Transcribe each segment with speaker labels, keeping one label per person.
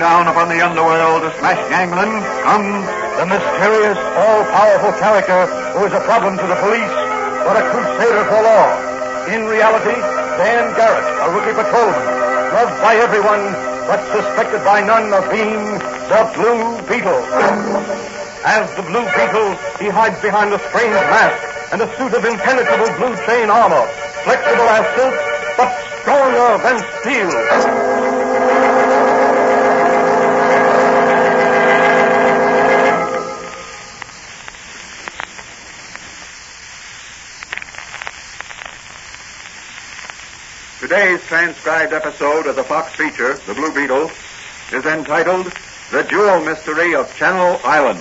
Speaker 1: down upon the underworld to smash Gangland comes the mysterious, all-powerful character who is a problem to the police, but a crusader for law. In reality, Dan Garrett, a rookie patrolman, loved by everyone, but suspected by none of being the Blue Beetle. As the Blue Beetle, he hides behind a strange mask and a suit of impenetrable blue chain armor, flexible as silk, but stronger than steel. Today's transcribed episode of the Fox feature, The Blue Beetle, is entitled The Jewel Mystery of Channel Island.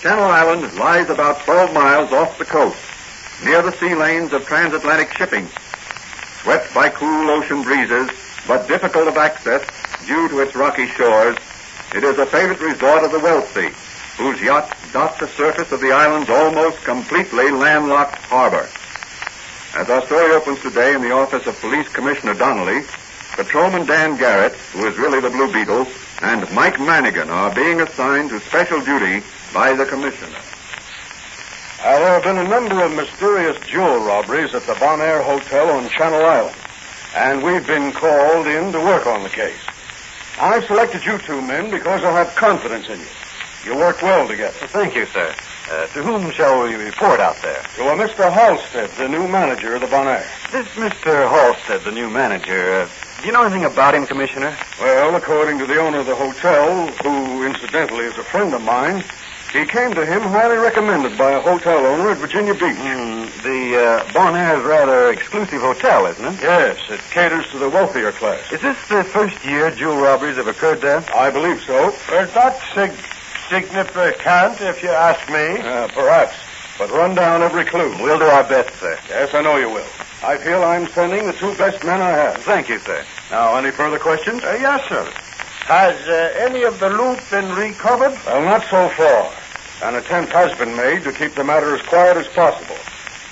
Speaker 1: Channel Island lies about 12 miles off the coast, near the sea lanes of transatlantic shipping. Swept by cool ocean breezes, but difficult of access due to its rocky shores, it is a favorite resort of the wealthy, whose yachts dot the surface of the island's almost completely landlocked harbor. As our story opens today in the office of Police Commissioner Donnelly, Patrolman Dan Garrett, who is really the Blue Beetle, and Mike Manigan are being assigned to special duty by the Commissioner.
Speaker 2: Uh, there have been a number of mysterious jewel robberies at the Bon Air Hotel on Channel Island, and we've been called in to work on the case. I've selected you two men because I have confidence in you. You worked well together.
Speaker 3: Thank you, sir. Uh, to whom shall we report out there?
Speaker 2: You are Mr. uh, Halstead, the new manager of the Bon Air.
Speaker 3: This Mr. Halstead, the new manager. Uh, do you know anything about him, Commissioner?
Speaker 2: Well, according to the owner of the hotel, who incidentally is a friend of mine, he came to him highly recommended by a hotel owner at Virginia Beach.
Speaker 3: Mm, the uh, Bon Air is rather exclusive hotel, isn't it?
Speaker 2: Yes, it caters to the wealthier class.
Speaker 3: Is this the first year jewel robberies have occurred there?
Speaker 2: I believe so.
Speaker 4: Well, not sig- significant, if you ask me.
Speaker 2: Uh, perhaps. But run down every clue.
Speaker 3: We'll do our best, sir.
Speaker 2: Yes, I know you will. I feel I'm sending the two best men I have.
Speaker 3: Thank you, sir.
Speaker 2: Now, any further questions?
Speaker 4: Uh, yes, sir. Has uh, any of the loot been recovered?
Speaker 2: Well, not so far. An attempt has been made to keep the matter as quiet as possible.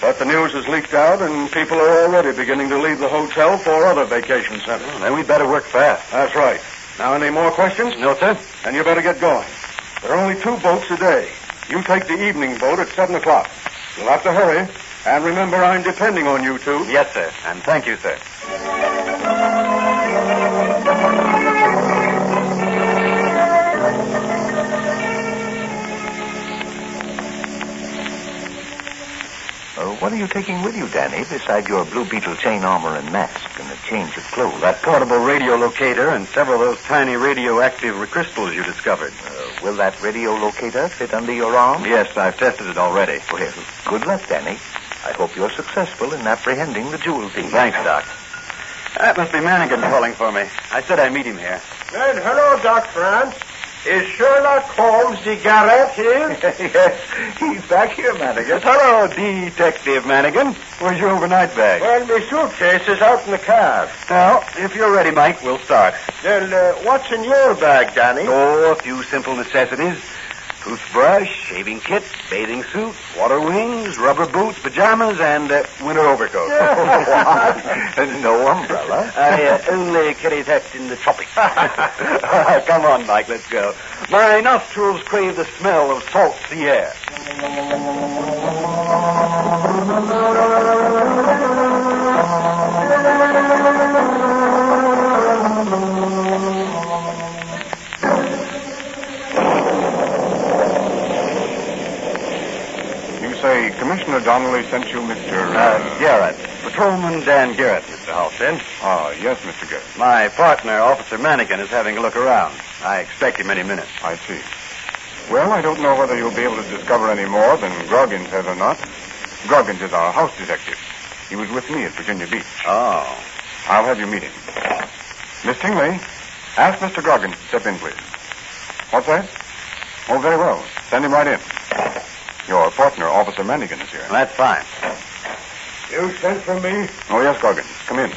Speaker 2: But the news has leaked out, and people are already beginning to leave the hotel for other vacation centers.
Speaker 3: then we'd better work fast.
Speaker 2: That's right. Now, any more questions?
Speaker 3: No, sir.
Speaker 2: And you better get going. There are only two boats a day. You take the evening boat at 7 o'clock. You'll have to hurry. And remember, I'm depending on you two.
Speaker 3: Yes, sir. And thank you, sir. Uh, what are you taking with you, Danny, besides your blue beetle chain armor and mask and a change of clothes?
Speaker 5: That portable radio locator and several of those tiny radioactive crystals you discovered.
Speaker 3: Uh, will that radio locator fit under your arm?
Speaker 5: Yes, I've tested it already.
Speaker 6: Oh,
Speaker 3: Well, good luck, Danny. I hope you're successful in apprehending the jewel thief.
Speaker 5: Thanks, Doc. That must be Manigan calling for me. I said I'd meet him here.
Speaker 4: Well, hello, Doc France. Is Sherlock Holmes the Garrett here?
Speaker 3: yes, he's back here, Madigan.
Speaker 5: Hello, Detective Manigan. Where's your overnight bag?
Speaker 4: well, my suitcase is out in the car.
Speaker 5: Now, if you're ready, Mike, we'll start.
Speaker 4: Well, uh, what's in your bag, Danny?
Speaker 5: Oh, a few simple necessities. Toothbrush, shaving kit, bathing suit, water wings, rubber boots, pajamas, and uh, winter overcoat.
Speaker 3: no umbrella.
Speaker 5: I uh, only carry that in the tropics. Come on, Mike, let's go. My nostrils crave the smell of salt sea air.
Speaker 2: You say Commissioner Donnelly sent you, Mr.
Speaker 5: Uh, Garrett. Patrolman Dan Garrett, Mr. Halstead.
Speaker 2: Ah, yes, Mr. Garrett.
Speaker 5: My partner, Officer Manikin, is having a look around. I expect him any minute.
Speaker 2: I see. Well, I don't know whether you'll be able to discover any more than Groggins has or not. Groggins is our house detective. He was with me at Virginia Beach.
Speaker 5: Oh.
Speaker 2: I'll have you meet him. Miss Tingley, ask Mr. Groggins to step in, please. What's that? Oh, very well. Send him right in. Your partner, Officer Manigan, is here.
Speaker 5: That's fine.
Speaker 4: You sent for me?
Speaker 2: Oh, yes, Groggins. Come in.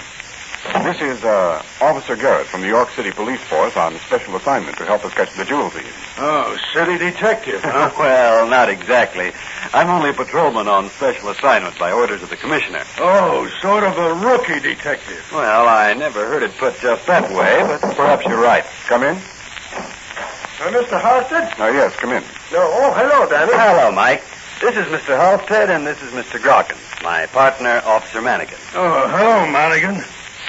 Speaker 2: This is uh, Officer Garrett from the York City Police Force on special assignment to help us catch the jewel thieves.
Speaker 4: Oh, city detective.
Speaker 5: Uh, well, not exactly. I'm only a patrolman on special assignment by orders of the commissioner.
Speaker 4: Oh, sort of a rookie detective.
Speaker 5: Well, I never heard it put just that way, but perhaps you're right.
Speaker 2: Come in. Uh, Mr. Halstead?
Speaker 6: Now, yes, come in.
Speaker 2: No. Oh, hello, Danny.
Speaker 7: Hello, Mike. This is Mr. Halstead, and this is Mr. Grokkins, my partner, Officer Manikin.
Speaker 6: Oh, hello, Manigan.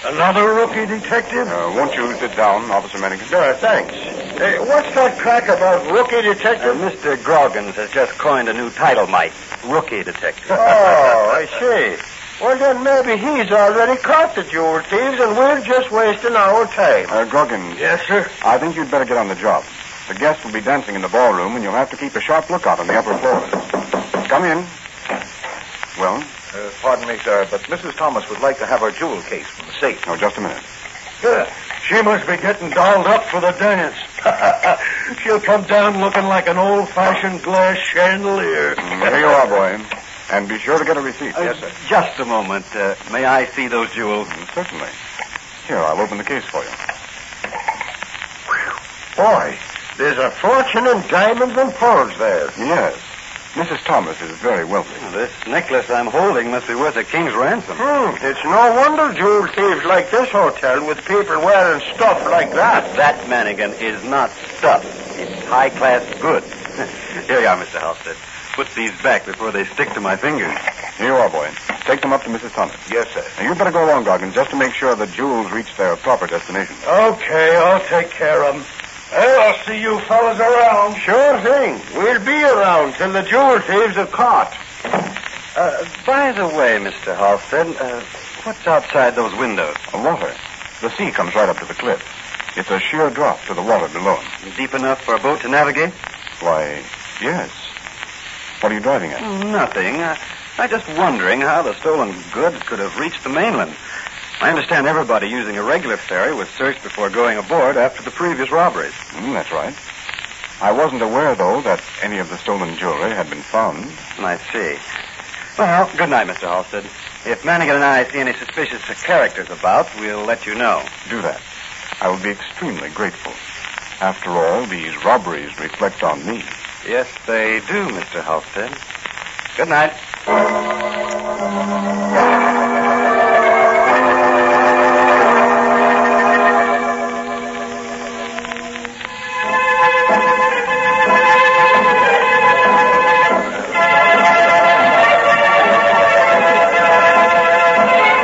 Speaker 6: Another rookie detective? Uh, won't you sit down, Officer Manigan?
Speaker 2: Uh, thanks. Hey, what's that crack about rookie detective?
Speaker 7: Mr. Groggins Uh, has just coined a new title, Mike. Rookie detective.
Speaker 2: oh, I see. Well, then maybe he's already caught the jewel thieves, and we're just wasting our time.
Speaker 6: Uh, Grogan.
Speaker 2: Yes, sir.
Speaker 6: I think you'd better get on the job. The guests will be dancing in the ballroom, and you'll have to keep a sharp lookout on the upper floors. Come in. Well,
Speaker 8: Uh, pardon me, sir, but Mrs. Thomas would like to have her jewel case from the safe.
Speaker 6: no, Oh, just a minute.
Speaker 2: She must be getting dolled up for the dance. She'll come down looking like an old-fashioned glass chandelier.
Speaker 6: Mm, Here you are, boy. And be sure to get a receipt.
Speaker 7: Uh, Just a moment. Uh, may I see those jewels?
Speaker 6: Mm, Certainly. Here, I'll open the case for you.
Speaker 2: Boy, there's a fortune in diamonds and pearls there.
Speaker 6: Yes. Mrs. Thomas is very wealthy.
Speaker 7: This necklace I'm holding must be worth a king's ransom.
Speaker 2: Hmm, it's no wonder jewel thieves like this hotel with people wearing stuff like that.
Speaker 7: That mannequin is not stuff. It's high class good. Here you are, Mr. Halstead. Put these back before they stick to my fingers.
Speaker 6: Here you are, boy. Take them up to Mrs. Thomas.
Speaker 8: Yes, sir.
Speaker 6: Now, you'd better go along, Goggins, just to make sure the jewels reach their proper destination.
Speaker 2: Okay, I'll take care of them. Hey, I'll see you fellas around. Sure thing. We'll be around till the jewel thieves are caught.
Speaker 7: Uh, by the way, Mr. Halstead, uh, what's outside those windows?
Speaker 6: The water. The sea comes right up to the cliff. It's a sheer drop to the water below.
Speaker 7: Deep enough for a boat to navigate?
Speaker 6: Why, yes. What are you driving at?
Speaker 7: Nothing. I, I'm just wondering how the stolen goods could have reached the mainland. I understand everybody using a regular ferry was searched before going aboard after the previous robberies.
Speaker 6: Mm, that's right. I wasn't aware, though, that any of the stolen jewelry had been found.
Speaker 7: I see. Well, good night, Mr. Halstead. If Manigan and I see any suspicious characters about, we'll let you know.
Speaker 6: Do that. I will be extremely grateful. After all, these robberies reflect on me.
Speaker 7: Yes, they do, Mr. Halstead. Good night.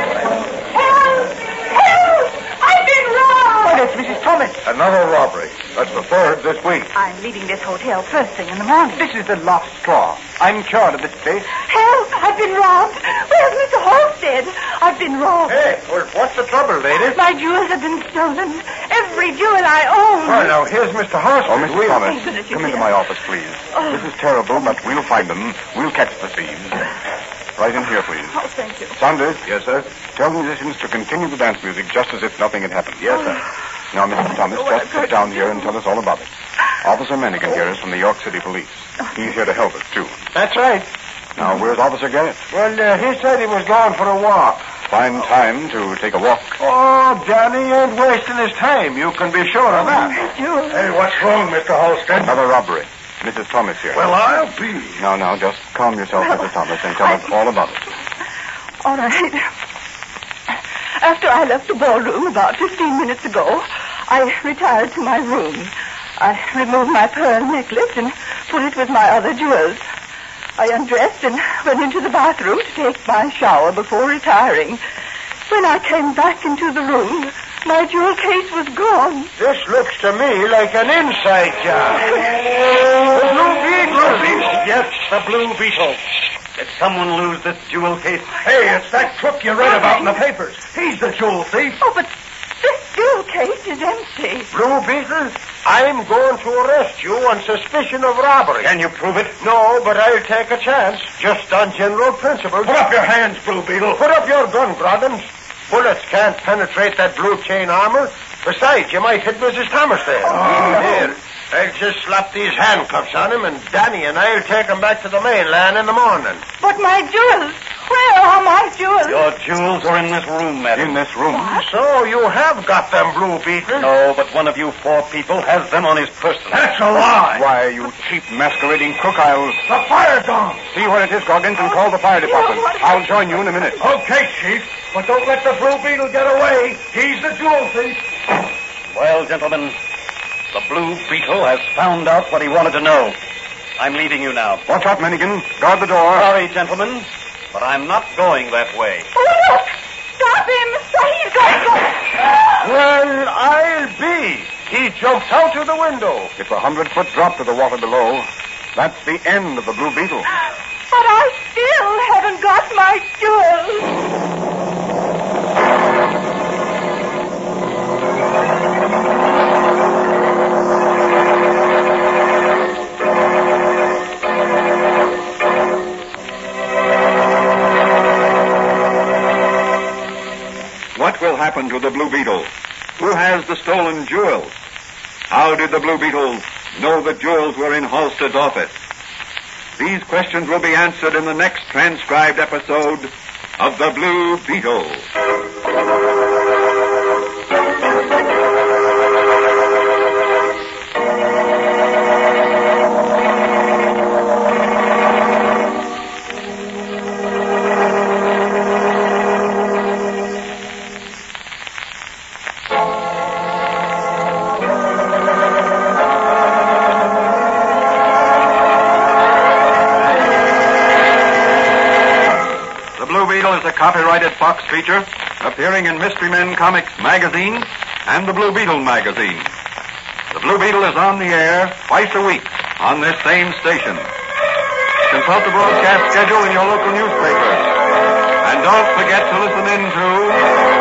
Speaker 9: Help! Help! I've been robbed!
Speaker 10: Orders, Mrs. Thomas.
Speaker 6: Another robbery. That's the third this week.
Speaker 10: I'm leaving this hotel first thing in the morning.
Speaker 6: This is the last straw. I'm cured of this case.
Speaker 10: Help! I've been robbed. Where's Mr. Halstead? I've been robbed.
Speaker 2: Hey, well, what's the trouble, lady?
Speaker 10: My jewels have been stolen. Every jewel I own.
Speaker 2: Well, now, here's Mr. Horst.
Speaker 6: Oh, Mrs. Thomas,
Speaker 10: Thank goodness you're
Speaker 6: come into
Speaker 10: here.
Speaker 6: my office, please.
Speaker 10: Oh.
Speaker 6: This is terrible, but we'll find them. We'll catch the thieves. Right in here, please.
Speaker 10: Oh, thank you.
Speaker 6: Saunders.
Speaker 2: Yes, sir.
Speaker 6: Tell the musicians to continue the dance music just as if nothing had happened. Yes, sir. Now, Mrs. Thomas, just sit down here and tell us all about it. Officer Manigan here is from the York City Police. He's here to help us, too.
Speaker 2: That's right.
Speaker 6: Now, where's Officer Garrett?
Speaker 2: Well, uh, he said he was going for a walk.
Speaker 6: Fine time to take a walk.
Speaker 2: Oh, Danny ain't wasting his time. You can be sure of that.
Speaker 10: Jewels.
Speaker 2: Hey, what's wrong, Mr. Halstead?
Speaker 6: Another robbery. Mrs. Thomas here.
Speaker 2: I'll be.
Speaker 6: Now, now, just calm yourself, Mrs. Thomas, and tell us all about it.
Speaker 10: All right. After I left the ballroom about 15 minutes ago, I retired to my room. I removed my pearl necklace and put it with my other jewels. I undressed and went into the bathroom to take my shower before retiring. When I came back into the room, my jewel case was gone.
Speaker 2: This looks to me like an inside job. the Blue Beetle. Yes, the Blue Beetle.
Speaker 7: Did someone lose this jewel case?
Speaker 2: Hey, it's that crook you read about in the papers. He's the jewel thief.
Speaker 10: Oh, but this jewel case is empty.
Speaker 2: Blue Beetle, I'm going to arrest you on suspicion of robbery.
Speaker 7: Can you prove it?
Speaker 2: No, but I'll take a chance, just on general principles. Put up your hands, Blue Beetle. Put up your gun, Groddens. Bullets can't penetrate that blue chain armor. Besides, you might hit Mrs. Thomas there. Oh, here. I'll just slap these handcuffs on him, and Danny and I'll take him back to the mainland in the morning.
Speaker 10: But my jewels, where are my jewels?
Speaker 7: Your jewels are in this room, madam.
Speaker 6: In this room.
Speaker 2: So you have got them, Blue Beetle.
Speaker 7: No, but one of you four people has them on his person.
Speaker 2: That's a lie.
Speaker 6: Why, you cheap masquerading crook, I'll
Speaker 2: The fire gong.
Speaker 6: see where it is, Goggins, and call the fire department. I'll join you in a minute.
Speaker 2: Okay, Chief, but don't let the Blue Beetle get away. He's the jewel thief.
Speaker 7: Well, gentlemen,
Speaker 11: The Blue Beetle has found out what he wanted to know. I'm leaving you now.
Speaker 12: Watch out, Minigan. Guard the door.
Speaker 11: Sorry, gentlemen, but I'm not going that way.
Speaker 10: Oh, look! Stop him! He's going to...
Speaker 13: Well, I'll be. He jumped out of the window.
Speaker 12: It's a hundred foot drop to the water below. That's the end of the Blue Beetle.
Speaker 10: But I still haven't got my jewels.
Speaker 2: What will happen to the Blue Beetle? Who has the stolen jewels? How did the Blue Beetle know the jewels were in Halstead's office? These questions will be answered in the next transcribed episode of The Blue Beetle. The Blue Beetle is a copyrighted Fox feature appearing in Mystery Men Comics magazine and the Blue Beetle magazine. The Blue Beetle is on the air twice a week on this same station. Consult the broadcast schedule in your local newspaper. And don't forget to listen in to